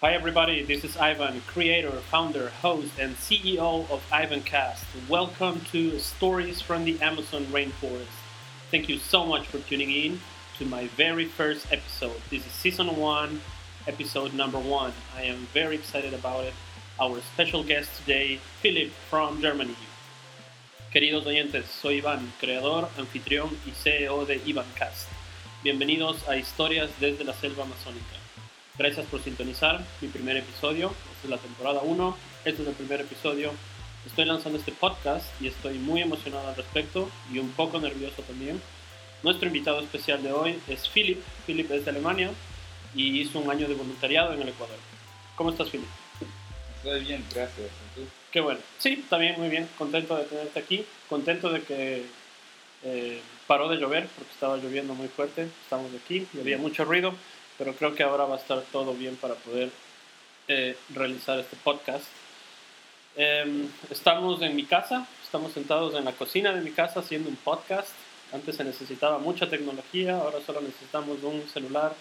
Hi, everybody. This is Ivan, creator, founder, host, and CEO of Ivancast. Welcome to Stories from the Amazon Rainforest. Thank you so much for tuning in to my very first episode. This is season one, episode number one. I am very excited about it. Our special guest today, Philip from Germany. Queridos oyentes, soy Iván, creador, anfitrión y CEO de Ivancast. Bienvenidos a Historias desde la Selva Amazónica. Gracias por sintonizar mi primer episodio. Esta es la temporada 1. Este es el primer episodio. Estoy lanzando este podcast y estoy muy emocionado al respecto y un poco nervioso también. Nuestro invitado especial de hoy es Philip. Philip es de Alemania y hizo un año de voluntariado en el Ecuador. ¿Cómo estás, Philip? Estoy bien, gracias. ¿Y tú? Qué bueno. Sí, también muy bien. Contento de tenerte aquí. Contento de que eh, paró de llover porque estaba lloviendo muy fuerte. Estamos aquí y había mucho ruido, pero creo que ahora va a estar todo bien para poder eh, realizar este podcast. Eh, estamos en mi casa, estamos sentados en la cocina de mi casa haciendo un podcast. Antes se necesitaba mucha tecnología, ahora solo necesitamos un celular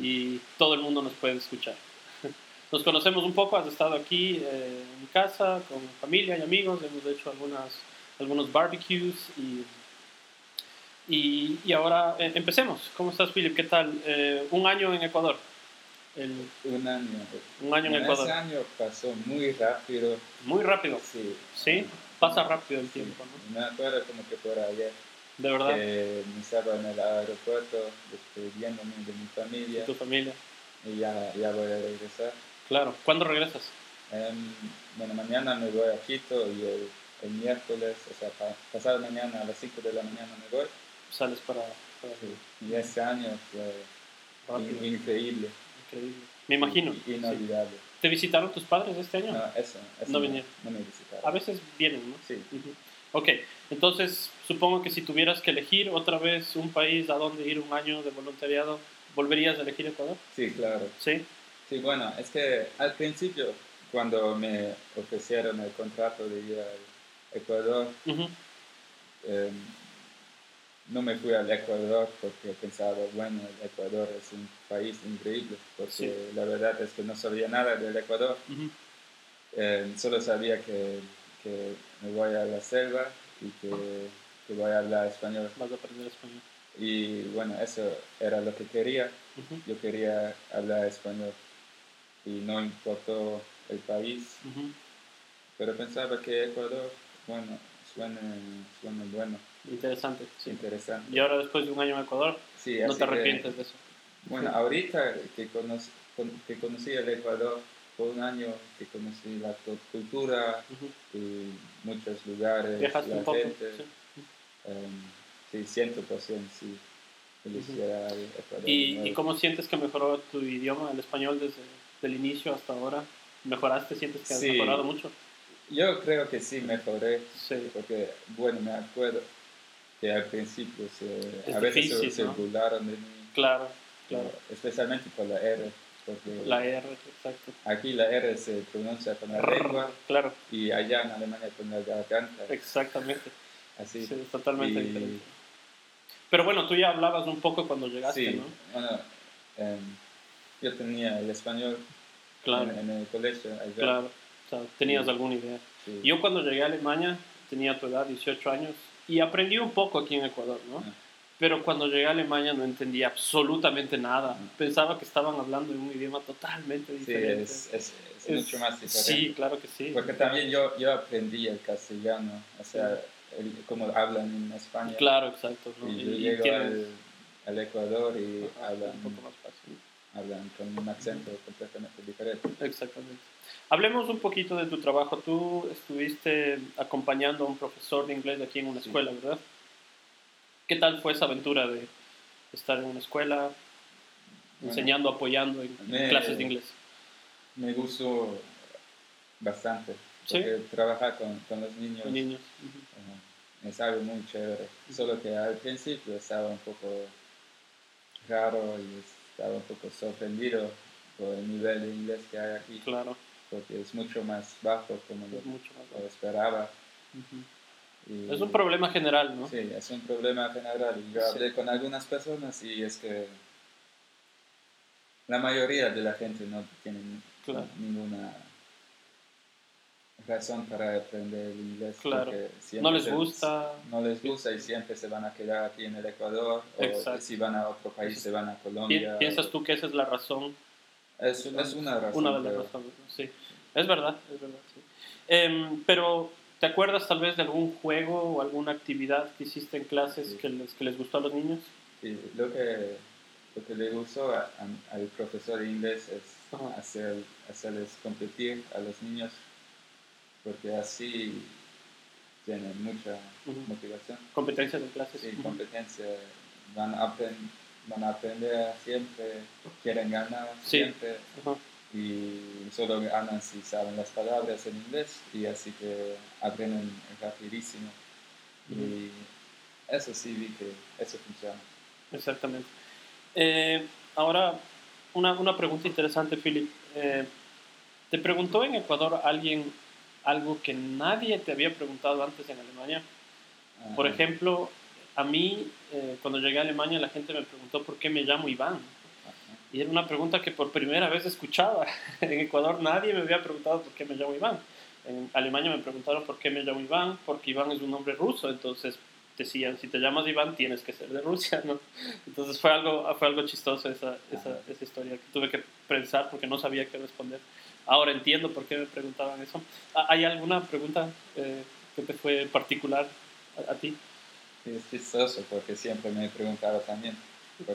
y todo el mundo nos puede escuchar. Nos conocemos un poco, has estado aquí eh, en mi casa con familia y amigos, hemos hecho algunas, algunos barbecues y, y, y ahora eh, empecemos. ¿Cómo estás, Philip? ¿Qué tal? Eh, un año en Ecuador. El- Un año. un año en Bueno, Ecuador. Ese año pasó muy rápido. Muy rápido, Sí. ¿sí? Pasa rápido el tiempo, ¿no? Me acuerdo como que por ayer De verdad, que me estaba en el aeropuerto despidiéndome de mi familia tu familia. y ya, ya voy a regresar. Claro. ¿Cuándo regresas? Em, bueno, mañana me voy a Quito y el, el miércoles, o sea, pa- pasado mañana a las 5 de la mañana me voy. Sales para... para- Sí. Y ese año fue rápido. in- increíble. Increíble. Me imagino. Y- Inolvidable. ¿Te visitaron tus padres este año? No, eso, eso No vinieron. no me A visitaron. veces vienen, ¿no? Sí. Ujú. Ok, entonces supongo que si tuvieras que elegir otra vez un país a donde ir un año de voluntariado, ¿volverías a elegir Ecuador? Sí, claro. Sí, Sí, bueno, es que al principio, cuando me ofrecieron el contrato de ir a Ecuador, Ujú. eh, no me fui al Ecuador porque pensaba, bueno, el Ecuador es un país increíble, porque Sí. la verdad es que no sabía nada del Ecuador, Ujú. Eh, solo sabía que, que me voy a la selva y que, que voy a hablar español. vas a aprender español. Y bueno, eso era lo que quería. Ujú. Yo quería hablar español y no importó el país, Ujú. pero pensaba que Ecuador, bueno, suena, suena bueno, Interesante, sí. interesante. Y ahora después de un año en Ecuador, Sí, no así te que, arrepientes de eso. bueno, ahorita que, conoc- con- que conocí el Ecuador, fue un año que conocí la cu- cultura Ujú. y muchos lugares, Viajaste la un poco. gente. sí. em, sí, 100% sí. Felicidad Ecuador. de ¿Y, nuevo. ¿Y cómo sientes que mejoró tu idioma, el español, desde el inicio hasta ahora? ¿Mejoraste? ¿Sientes que has Sí. mejorado mucho? Yo creo que sí mejoré. Sí. Porque, bueno, me acuerdo que al principio se, Es a veces se- difícil, se ¿no? burlaron de mí, Claro, claro. especialmente por la R, porque La R, exacto. aquí la R se pronuncia con la lengua Claro, y allá en Alemania con la garganta, exactamente. así. Sí, totalmente Y- diferente. Pero bueno, tú ya hablabas un poco cuando llegaste, Sí, ¿no? bueno, em, yo tenía el español Claro, en, en el colegio allá. Eh, claro. O sea, tenías Sí. alguna idea. sí. Yo cuando llegué a Alemania tenía tu edad, 18 años, y aprendí un poco aquí en Ecuador, ¿no? Ah. Pero cuando llegué a Alemania no entendía absolutamente nada. Ah. Pensaba que estaban hablando en un idioma totalmente Sí, diferente. es, es- es Es- mucho más diferente. Sí, claro que sí. Porque también yo, yo aprendí el castellano, o sea, el- como hablan en España. Claro, exacto. ¿no? Y Y- yo y llego tienes- al, al Ecuador y Ajá, un poco hablan, más fácil. hablan con un acento completamente diferente. Exactamente. Hablemos un poquito de tu trabajo. Tú estuviste acompañando a un profesor de inglés aquí en una Sí. escuela, ¿verdad? ¿Qué tal fue esa aventura de estar en una escuela Bueno, enseñando, apoyando en me- clases de inglés? Me gustó bastante, Sí. porque trabajar con, con los niños Con niños. eh, es algo muy chévere. Solo que al principio estaba un poco raro y estaba un poco sorprendido por el nivel de inglés que hay aquí, Claro, porque es mucho más bajo como es lo, mucho más. lo esperaba. Ujú. y- Es un problema general, ¿no? Sí, es un problema general. Yo Sí. hablé con algunas personas y es que la mayoría de la gente no tiene ni- Claro. ninguna razón para aprender el inglés. Claro. porque No siempre les se- gusta. No les gusta y siempre se van a quedar aquí en el Ecuador o Exacto. si van a otro país Eso- se van a Pi- Colombia. ¿Piensas tú que esa es la razón? Es, es una razón. Una de las pero- razones, sí. Es verdad, es verdad, sí. Em, pero, ¿te acuerdas tal vez de algún juego o alguna actividad que hiciste en clases Sí. que, les, que les gustó a los niños? Y lo que, lo que le gustó a- a- al profesor de inglés es Ajá. hacer, hacerles competir a los niños, porque así tienen mucha Ujú. motivación Competencias en clases. y Ujú. competencia. Van a, apren- van a aprender siempre, quieren ganar Sí. siempre Ajá. y solo ganan si saben las palabras en inglés y así que aprenden rapidísimo. Y eso sí vi que eso funciona. Exactamente. Eh, ahora, una, una pregunta interesante, Philip. Eh, ¿Te preguntó en Ecuador alguien algo que nadie te había preguntado antes en Alemania? Por Ah, ejemplo, a mí, eh, cuando llegué a Alemania, la gente me preguntó por qué me llamo Iván. ajá. Y era una pregunta que por primera vez escuchaba. En Ecuador nadie me había preguntado por qué me llamo Iván. En Alemania me preguntaron por qué me llamo Iván, porque Iván es un nombre ruso. Entonces decían, si te llamas Iván tienes que ser de Rusia, ¿no? Entonces fue algo, fue algo chistoso esa, esa, Ajá. esa historia que tuve que pensar porque no sabía qué responder. Ahora entiendo por qué me preguntaban eso. ¿Ah, ¿Hay alguna pregunta eh, que te fue particular a, a ti? Sí, es chistoso porque siempre me he preguntado también.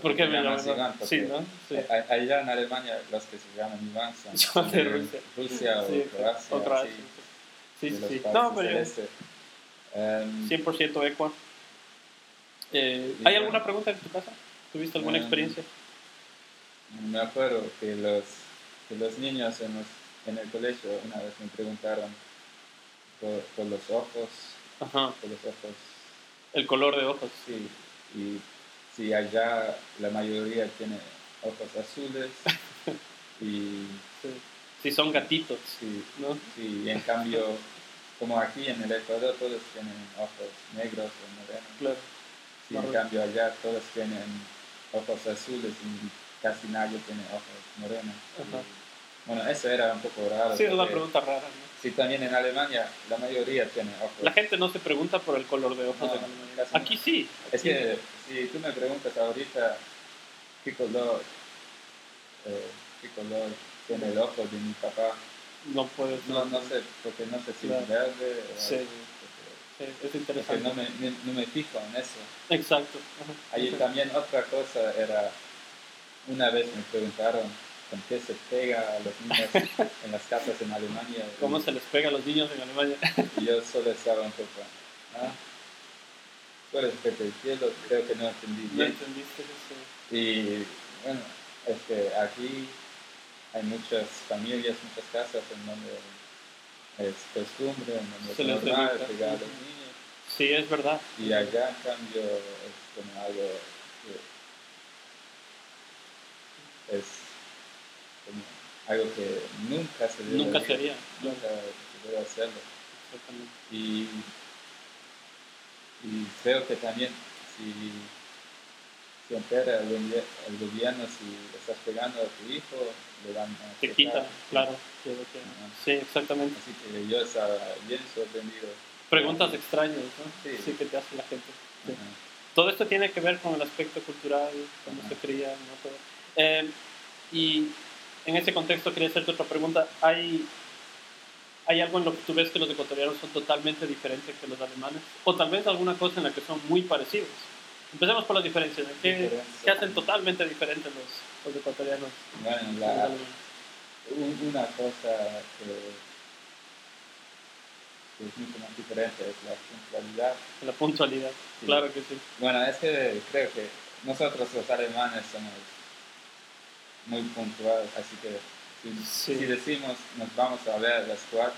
¿Por qué me llamas Iván? Iván? Sí, Porque ¿no? Sí. a- a- Allá en Alemania los que se llaman Iván son, Son de Rusia. Rusia Sí, o Croacia. otra vez. así, Sí, de sí, los sí. países No, pero del yo- este. Em, 100% ecua. Eh, Sí, ¿Hay bueno. alguna pregunta en tu casa? ¿Tuviste alguna Eh, experiencia? Me acuerdo que los, que los niños en, los- en el colegio una vez me preguntaron por, por los ojos, Ajá, por los ojos, el color de ojos. sí, y si allá la mayoría tiene ojos azules y Sí. Si son gatitos, sí, ¿no? Sí, y en cambio, como aquí en el Ecuador todos tienen ojos negros o morenos. Claro. Sí, en Correcto. cambio allá todos tienen ojos azules y casi nadie tiene ojos morenos. Ajá. Y, bueno, eso era un poco raro. Sí, es una porque pregunta rara. ¿no? Sí, también en Alemania la mayoría tiene ojos. La gente no se pregunta por el color de ojos. No, en Alemania. casi no. Aquí sí. Es aquí- que si tú me preguntas ahorita qué color, eh, qué color tiene el ojo de mi papá, no puedes. no, no sé, porque no sé si Claro. es verde o Sí. azul, porque- Sí, es Es que interesante. no me, me- no me fijo en eso. Exacto. Ajá. Ahí Sí. también otra cosa era, una vez me preguntaron con qué se pega a los niños en las casas en Alemania. y- ¿Cómo se les pega a los niños en Alemania? Y yo solo estaba un poco, ah, puedes repetirlo, creo que no entendí No bien. entendiste eso. Y bueno, es que aquí hay muchas familias, muchas casas en donde este, es costumbre, en donde Se les es normal pregunta. pegar a los Ujú. niños. Sí, es verdad. Y allá, en cambio, es como algo que es como algo que nunca se debe, Nunca se haría. nunca se debe hacerlo. Exactamente. Y, y creo que también si se entera el, gobier- el gobierno si estás pegando a tu hijo, le van a Te cortar. quita, claro. que lo que- Ajá. Sí, exactamente. Así que yo estaba bien sorprendido. Preguntas extrañas, ¿no? Sí. que te hace la gente. Sí. Ajá. Todo esto tiene que ver con el aspecto cultural, cómo Ajá. se cría, ¿no? Todo. Eh, y en ese contexto quería hacerte otra pregunta. ¿Hay, ¿Hay algo en lo que tú ves que los ecuatorianos son totalmente diferentes que los alemanes? O tal vez alguna cosa en la que son muy parecidos. Empecemos por las diferencias. ¿En ¿Qué, Diferencia. qué hacen totalmente diferentes los, los ecuatorianos? Bueno, de los la, alemanes? un- una cosa que, que es mucho más diferente es la puntualidad. La puntualidad, Sí. claro que sí. Bueno, es que creo que nosotros los alemanes somos muy puntuales, así que si, Sí. si decimos nos vamos a ver a las 4,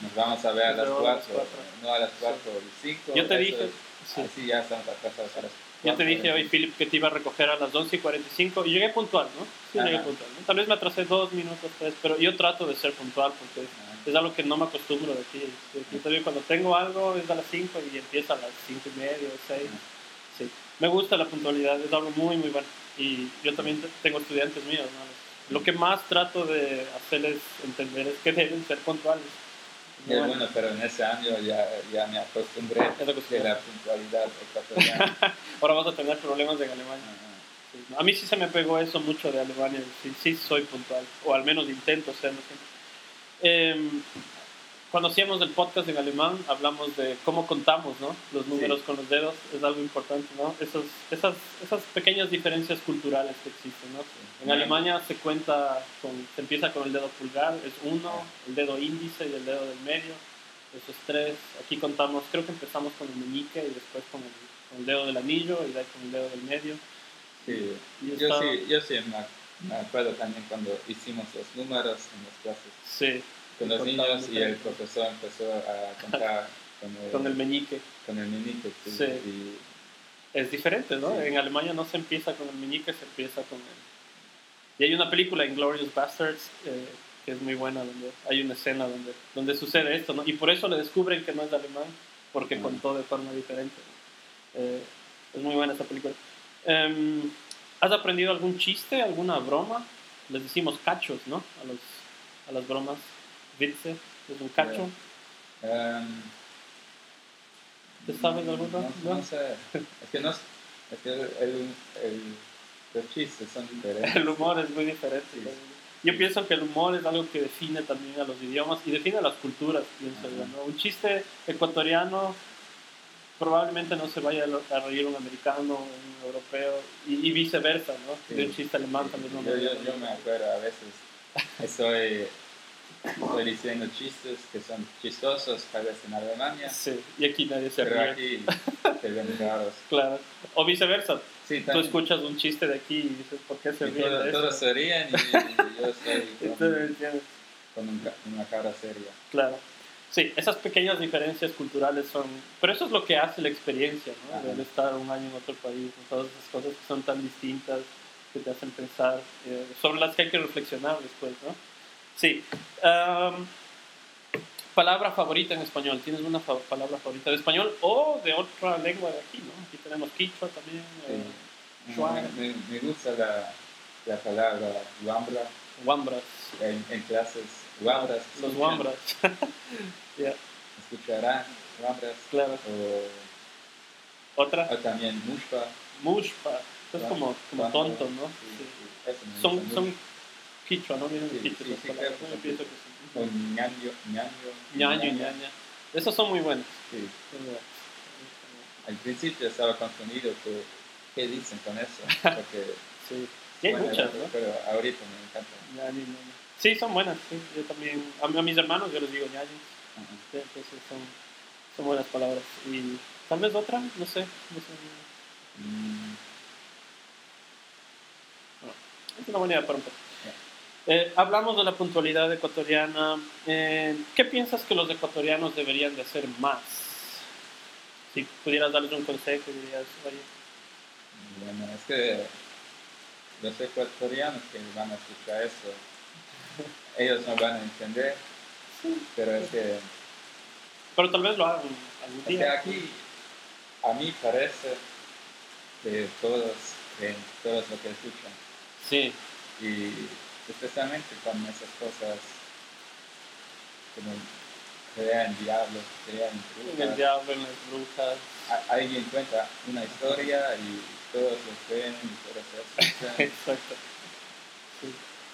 nos vamos a ver a Nos las vemos a las 4, cuatro. no a las 4 y 5. Yo te dije- Sí. Así ya estamos atrasados a Yo las te cuatro. dije hoy, Philip, que te iba a recoger a las 11 y 45 y llegué puntual, ¿no? Sí, Ajá. llegué puntual. ¿no? Tal vez me atrasé dos minutos, tres, pero yo trato de ser puntual porque Ah, es algo que no me acostumbro de aquí. De aquí todavía cuando tengo algo es a las 5 y empieza a las 5 y media o 6. Ajá. Sí. Me gusta la puntualidad, es algo muy, muy bueno. Y yo también te- tengo estudiantes míos, ¿no? Lo que más trato de hacerles entender es que deben ser puntuales. Y es bueno, pero en ese año ya, ya me acostumbré Ya te de acostumbraste. la puntualidad ecuatoriana. Ahora vas a tener problemas en Alemania. Ajá. Sí, no, A mí sí se me pegó eso mucho de Alemania. Sí, sí soy puntual, o al menos intento serlo. siempre. Em, cuando hacíamos el podcast en alemán, hablamos de cómo contamos ¿no? los números con los dedos. Es algo importante, ¿no? Esos, esas, esas pequeñas diferencias culturales que existen, ¿no? En Alemania se cuenta, con, se empieza con el dedo pulgar, es uno, el dedo índice y el dedo del medio, esos tres. Aquí contamos, creo que empezamos con el meñique y después con el, con el dedo del anillo y de ahí con el dedo del medio. Sí, Y yo está- sí, yo sí me, ac- me acuerdo también cuando hicimos los números en las clases Sí, con los Contaba niños y mucho. el profesor empezó a contar con el, con el meñique. con el meñique, sí, Sí. y- Es diferente, ¿no? Sí. En Alemania no se empieza con el meñique, se empieza con el... Y hay una película, Inglorious Bastards, eh, que es muy buena, donde hay una escena donde, donde sucede esto, ¿no? Y por eso le descubren que no es alemán, porque Ah. contó de forma diferente. Eh, es muy buena esta película. Em, ¿Has aprendido algún chiste, alguna broma? Les decimos cachos, ¿no? A, los, a las bromas. Witze es un cacho. Yeah. Em, ¿Te sabes no, alguna? no, sé. Es que no es es que el- el- el- los chistes son diferentes. El humor es muy diferente. Sí. Yo pienso que el humor es algo que define también a los idiomas y define a las culturas, pienso Ajá. yo, ¿no? Un chiste ecuatoriano probablemente no se vaya a lo- a reír un americano, un europeo y, y viceversa, ¿no? Sí. De un chiste alemán también no yo, me- yo- yo me acuerdo a veces estoy, estoy diciendo chistes que son chistosos tal vez en Alemania, Sí, y aquí nadie se pero ríe. aquí se ven raros. Claro. O viceversa, Sí, tú también, escuchas ¿eh? un chiste de aquí y dices, ¿por qué se y ríen todo- de todos eso? se ríen y, y yo estoy Entonces, con, ¿entiendes? con un ca- una cara seria. Claro. Sí, esas pequeñas diferencias culturales son... Pero eso es lo que hace la experiencia, ¿no? Ajá. Del estar un año en otro país, con todas esas cosas que son tan distintas, que te hacen pensar, eh, sobre las que hay que reflexionar después, ¿no? Sí. Am, palabra favorita en español. ¿Tienes una fa- palabra favorita de español o de otra lengua de aquí, ¿no? Aquí tenemos quichua también, eh, Sí. Me, me- me gusta la, la palabra wambra wambras, en, en clases. Wambras. los escuchan- wambras, Escucharán wambras. claro. O, Otra, o también mushpa. mushpa. Eso es Wam- como, como wambra. tonto, ¿no? Sí, Sí. sí. Eso me son, gusta son mucho. quichua, ¿no? Vienen de Sí, quichua. sí, esas sí, palabras. claro. Yo pienso que O sí. ñaño. Ñaño. Ñaño, ñaña. Esos son muy buenos. Sí. son muy buenos. Al principio estaba confundido que qué dicen con eso. Porque, Sí. Y hay bueno, muchas, ¿no? Pero ahorita me encanta. Ñaño, ñaña. Sí, son buenas. Sí. Yo también, a, mi- a mis hermanos yo les digo ñaño. Ajá. Sí, Entonces son, son buenas palabras. Y tal vez otra, no sé. No sé. Mm, Es una buena idea para un poco. Eh, hablamos de la puntualidad ecuatoriana. Eh, ¿Qué piensas que los ecuatorianos deberían de hacer más? Si pudieras darles un consejo, dirías, oye, Bueno, es que los ecuatorianos que van a escuchar eso, ellos no van a entender, pero es que, Pero tal vez lo hagan algún o sea, día. aquí a mí parece que todos creen, todos lo que escuchan, Sí, y especialmente con esas cosas como crean diablos, crean en el brujas, diablo, en las brujas. a- alguien cuenta una historia y todos lo creen y todos lo escuchan. Exacto.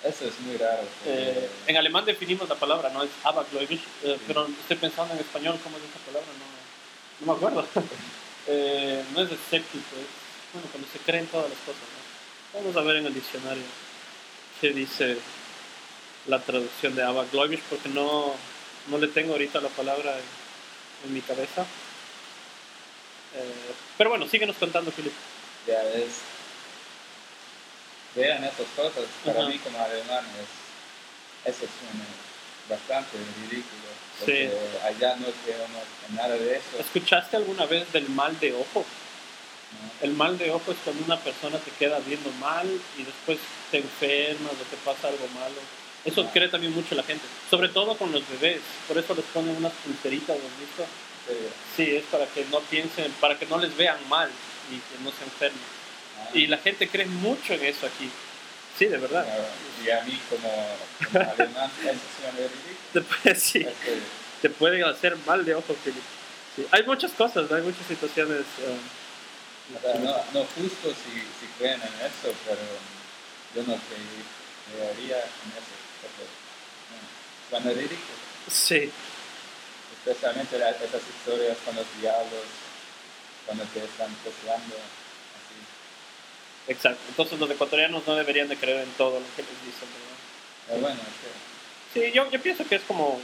Eso es muy raro. porque- Eh, en alemán definimos la palabra, ¿no? Es Abakgläubisch, eh, pero estoy pensando en español, ¿cómo es esa palabra? No, no me acuerdo. Eh, no es escéptico, es, bueno, cuando se creen todas las cosas, ¿no? Vamos a ver en el diccionario qué dice la traducción de Abakgläubisch, porque no, no le tengo ahorita la palabra en, en mi cabeza. Eh, pero bueno, síguenos contando, Filipe. ya es vean esas cosas para Ajá. mí como alemán es eso suena bastante ridículo porque allá no creemos en nada de eso ¿Escuchaste alguna vez del mal de ojo? ¿no? El mal de ojo es cuando una persona te queda viendo mal y después te enfermas o te pasa algo malo. Eso Ah. cree también mucho la gente, sobre todo con los bebés. Por eso les ponen unas pulseritas, ¿lo has visto? Sí, Sí, es para que no piensen, para que no les vean mal y que no se enfermen. ah, Y la gente cree mucho en eso aquí. Sí, de verdad. Y a mí como, como alemán, eso se me ridículo. Este, Te puede, sí, Es que- te pueden hacer mal de ojo, Felipe. Sí, Hay muchas cosas, ¿no? hay muchas situaciones. eh, O sea, no, no justo si, si creen en eso, pero yo no cre- creería en eso. Porque, bueno, cuando es ridículo, sí, especialmente la- esas historias con los diablos, cuando te están juzgando, así. exacto. Entonces los ecuatorianos no deberían de creer en todo lo que les dicen, ¿verdad? Pero bueno, es Sí, yo, yo pienso que es como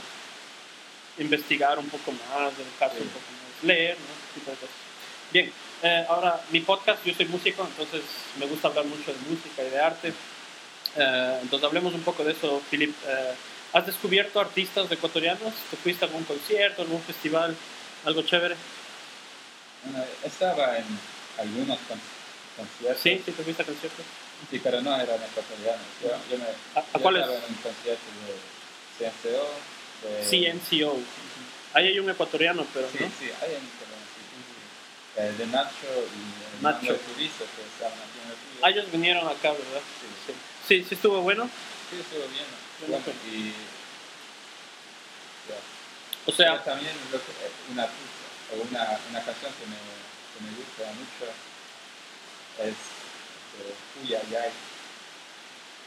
investigar un poco más, educarse Sí. un poco más, leer, ¿no? Ese tipo de cosas. Bien, eh, ahora mi podcast, yo soy músico, entonces me gusta hablar mucho de música y de arte. Eh, entonces hablemos un poco de eso, Philip. Eh, ¿Has descubierto artistas ecuatorianos? ¿Te fuiste a algún concierto, algún festival, algo chévere? que, bueno, estaba en algunos con- conciertos, Sí, sí, te fuiste a conciertos. y- pero no eran ecuatorianos. Yo, yo me, ¿A, a yo cuáles? estaba en un concierto de CNCO, de... CNCO. Ujú. Ahí hay un ecuatoriano, pero Eh, Sí, ¿no? sí, hay en Colombia, sí, sí, sí. Eh, de Nacho y el Nacho. Nacho Turizo, que estaban aquí en el club. Ah, ellos vinieron acá, ¿verdad? Sí, Sí. Sí, sí estuvo bueno. sí, estuvo bien. Yo Bueno, no sé. y ya. O sea, Pero también lo que- eh, una, pizza, o una, una canción que me, que me gusta mucho es este, Uy, ay, ay.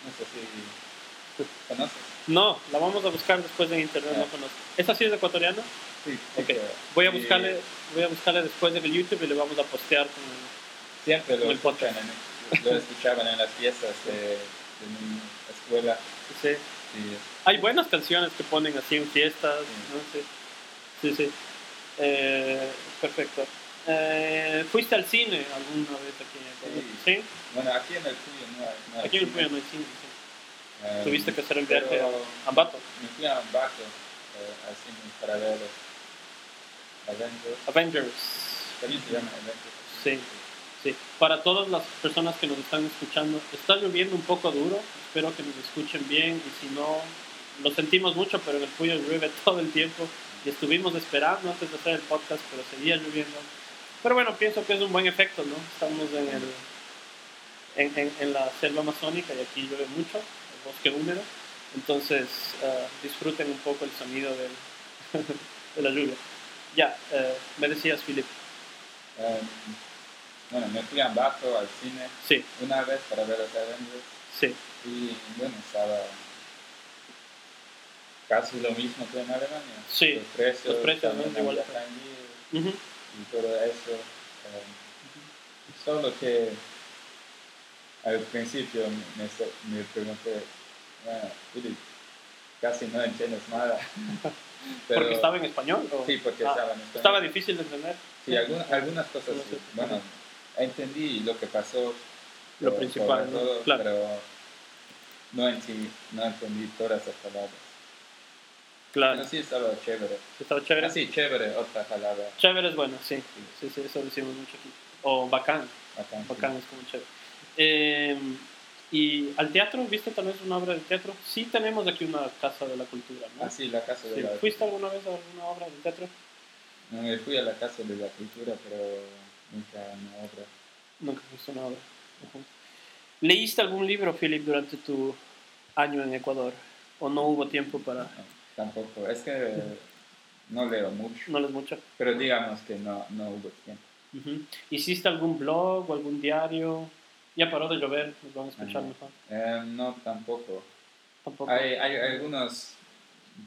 No sé si conoces. No, la vamos a buscar después en internet, no Ah. conozco. ¿Esta sí es ecuatoriana? Sí, Ok. pero- Voy a y buscarle, voy a buscarle después en el YouTube y le vamos a postear con el- Siempre lo, el podcast. escuchan en- lo escuchaban en las fiestas de, de mi escuela. ese- y Hay buenas canciones que ponen así en fiestas, Sí. ¿no? Sí, sí. sí. Eh, perfecto. Eh, ¿Fuiste al cine alguna vez aquí en Ecuador? Sí. Sí. Bueno, aquí en el tuyo no hay. No hay Aquí en el cine. Puyo no hay cine. sí. Eh, Tuviste que hacer el pero viaje a Ambato, Me fui a Ambato, eh, al cine para ver los Avengers. Avengers. También se llama Avengers. Sí. Sí, para todas las personas que nos están escuchando, está lloviendo un poco duro, espero que nos escuchen bien y si no, lo sentimos mucho, pero en el Puyo llueve todo el tiempo y estuvimos esperando antes de hacer el podcast, pero seguía lloviendo. Pero bueno, pienso que es un buen efecto, ¿no? Estamos en, el- en, en- en la selva amazónica y aquí llueve mucho, el bosque húmedo, entonces eh, disfruten un poco el sonido del- de la lluvia. Ya, eh, me decías, Philip, Em, bueno, me fui a Ambato al cine sí, una vez para ver los Avengers sí. y bueno, estaba casi lo mismo que en Alemania. Sí, los precios, los precios, ¿no? también Igual había acá. tranvía Ujú. y todo eso. em, solo que al principio me, me- me pregunté, bueno, Philip, casi no entiendes nada. ¿Porque estaba en español? o- Sí, porque Ah, estaba en español. Estaba difícil de entender Sí, alguna- algunas cosas, sí. bueno, entendí lo que pasó. lo sobre principal, ¿no? todo, Claro. Pero no entendí, no entendí todas las palabras. Claro, Pero sí estaba chévere. estaba chévere. Ah, sí, chévere, otra palabra. Chévere es bueno, sí. Sí, sí, eso decimos mucho aquí. O bacán, Bacán, sí. bacán es como chévere. Eh, ¿Y al teatro? ¿Viste tal vez una obra de teatro? Sí tenemos aquí una casa de la cultura, ¿no? Ah, sí, la casa de Sí, la ¿Fuiste alguna vez a alguna obra de teatro? No, me fui a la casa de la cultura, pero nunca a una obra. Nunca fuiste a una obra. Ujú. ¿Leíste algún libro, Philip, durante tu año en Ecuador? ¿O no hubo tiempo para...? No, tampoco. Es que no leo mucho. No les mucho. Pero digamos que no, no hubo tiempo. Ujú. ¿Hiciste algún blog o algún diario? Ya paró de llover, nos van a escuchar Ajá. mejor. Eh, no, tampoco. Tampoco. Hay, hay algunos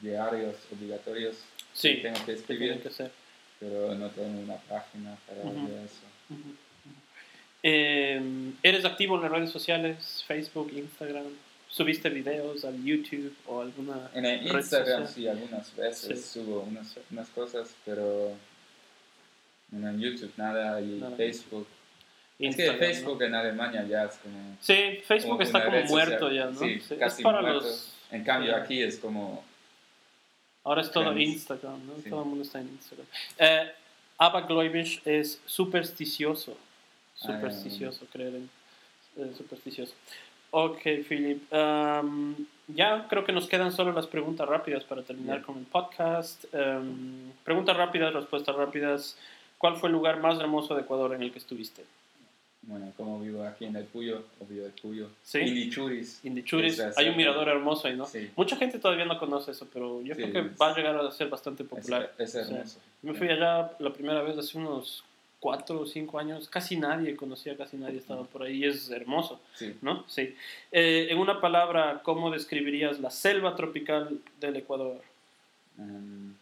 diarios obligatorios sí, que que tengo que tienen escribir, que ser. pero no tengo una página para Ujú. ver eso. Ujú, ujú. Eh, ¿Eres activo en las redes sociales? Facebook, Instagram. ¿Subiste videos al YouTube o alguna...? En el Red social. Instagram sí, algunas veces Sí. subo unas, unas cosas, pero en el YouTube nada y Nada. Facebook. Es que Instagram, ¿no? Facebook en Alemania ya es como... Sí, Facebook una está como red social. muerto ya, ¿no? Sí, Sí, casi es para muerto. los... En cambio Sí. aquí es como... Ahora es todo Friends. Instagram, ¿no? Sí. Todo el mundo está en Instagram. Eh, Abba Gloibish es supersticioso. Ah. Supersticioso, creer en. eh, supersticioso. Ok, Philip. um, ya creo que nos quedan solo las preguntas rápidas para terminar Bien. con el podcast. Um, preguntas rápidas, respuestas rápidas. ¿Cuál fue el lugar más hermoso de Ecuador en el que estuviste? bueno, como vivo aquí en el Puyo, obvio el Puyo, Sí. y Lichuris. En Dichuris Exacto. hay un mirador hermoso ahí, ¿no? Sí. Mucha gente todavía no conoce eso, pero yo Sí, creo que es- va a llegar a ser bastante Es, popular. es hermoso. Yo me fui allá la primera vez hace unos cuatro o cinco años, casi nadie conocía, casi nadie estaba por ahí, y es hermoso, Sí. ¿no? Sí. Eh, en una palabra, ¿cómo describirías la selva tropical del Ecuador? Em,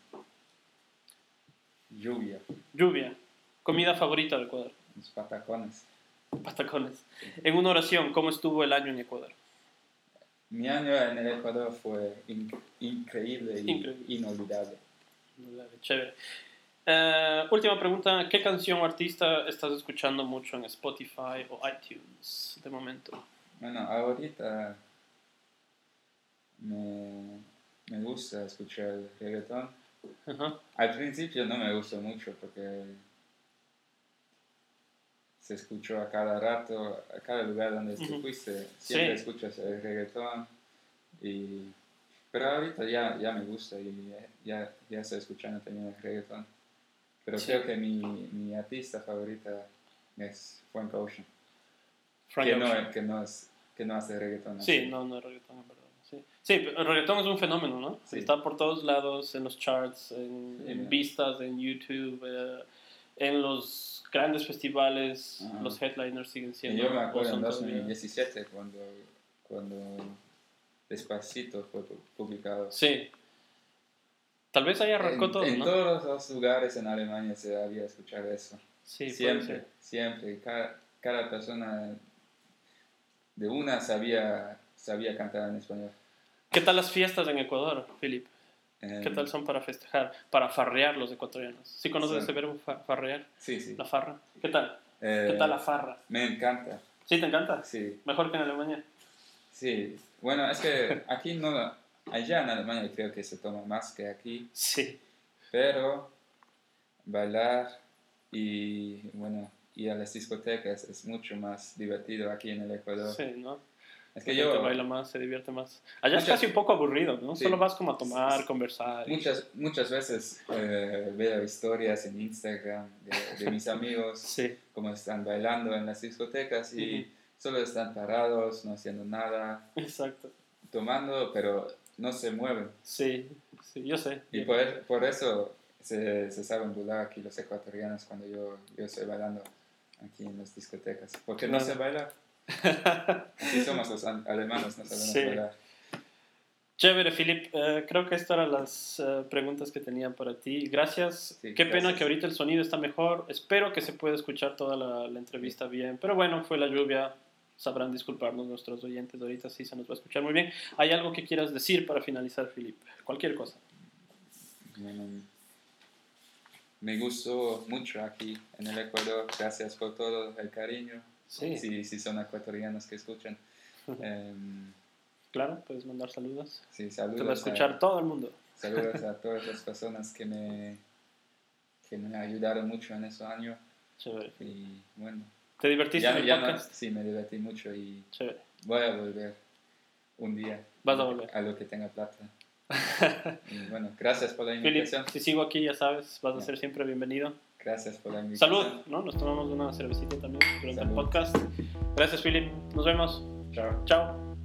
lluvia, Lluvia, comida favorita del Ecuador, los patacones. patacones. En una oración, ¿cómo estuvo el año en Ecuador? Mi año en el Ecuador fue in- increíble y Increíble. inolvidable. Chévere. Eh, última pregunta, ¿qué canción o artista estás escuchando mucho en Spotify o iTunes de momento? Bueno, ahorita me, me gusta escuchar reggaetón. Ajá. Al principio no me gustó mucho porque se escuchó a cada rato, a cada lugar donde tú Ujú. fuiste, Sí. siempre escuchas el reggaetón. Y, pero ahorita ya, ya me gusta y ya- ya, ya estoy escuchando también el reggaetón. Pero Sí. creo que mi, mi artista favorita es Frank Ocean, Frank que, Ocean. No, que, no es, que no hace reggaetón. Sí, así. no, no es reggaetón, en verdad. Sí. Sí, pero el reggaetón es un fenómeno, ¿no? Sí. Está por todos lados, en los charts, en, Sí, en ¿no? vistas, en YouTube, eh, en los grandes festivales, Ajá. los headliners siguen Y siendo. yo me o acuerdo en son todavía- 2017 cuando, cuando Despacito fue pu- publicado. Sí. Tal vez ahí arrancó en, todo, en ¿no? todos los lugares en Alemania se había escuchado eso. Sí, puede siempre, ser. siempre. Cada, cada persona de una sabía, sabía cantar en español. ¿Qué tal las fiestas en Ecuador, Philip? Eh, ¿Qué tal son para festejar, para farrear los ecuatorianos? ¿Sí conoces Sí. ese verbo fa- farrear? Sí, sí. La farra. ¿Qué tal? Eh, ¿Qué tal la farra? Me encanta. ¿Sí te encanta? Sí, Mejor que en Alemania. sí. Bueno, es que aquí no... Allá en Alemania creo que se toma más que aquí. Sí. pero bailar y bueno y a las discotecas es mucho más divertido aquí en el Ecuador Sí, ¿no? es La que gente yo baila más, se divierte más. Allá es Muchas- casi un poco aburrido, ¿no? Sí. Solo vas como a tomar, conversar. y- muchas muchas veces eh, veo historias en Instagram de, de mis amigos Sí, cómo están bailando en las discotecas y Ujú. solo están parados no haciendo nada exacto. tomando pero no se mueven Sí, sí, yo sé. y pues por, por eso se, se saben burlar aquí los ecuatorianos cuando yo, yo estoy bailando aquí en las discotecas porque no Claro. se baila Sí, somos los an- alemanes, no sabemos Sí. bailar. Chévere, Filip. Eh, creo que estas eran las eh, preguntas que tenía para ti. Gracias. Sí, Qué pena gracias. que ahorita el sonido está mejor. Espero que se pueda escuchar toda la, la entrevista bien. Pero bueno, fue la lluvia. Sabrán disculparnos nuestros oyentes. Ahorita sí se nos va a escuchar muy bien. ¿Hay algo que quieras decir para finalizar, Filip? Cualquier cosa. Bueno, me gustó mucho aquí en el Ecuador. Gracias por todo el cariño. Sí, Si, si son ecuatorianos que escuchan. Em, claro. Puedes mandar saludos. Te sí, va a saludos, escuchar todo el mundo. saludos a todas las personas que me, que me ayudaron mucho en esos años. Chévere. Y bueno, ¿Te divertiste ya, en el ya no, podcast? sí, me divertí mucho y Chévere. voy a volver un día. Vas a volver. A lo que tenga plata. Y bueno, gracias por la Philip, invitación. si sigo aquí, ya sabes, vas a Ya. ser siempre bienvenido. Gracias por la invitación. Salud, ¿no? Nos tomamos una cervecita también durante el Salud. podcast. Gracias, Philip. Nos vemos. Chao. Chao.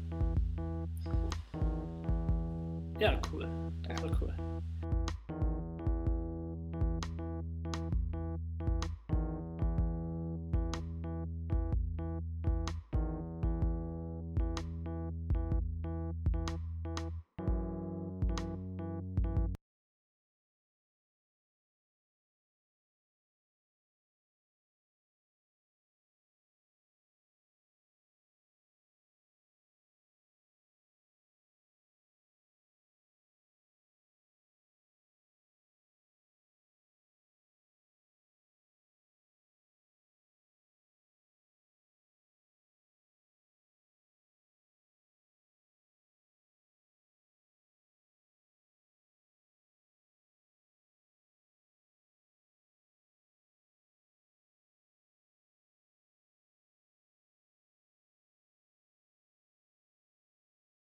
Ja, cool. Das war cool.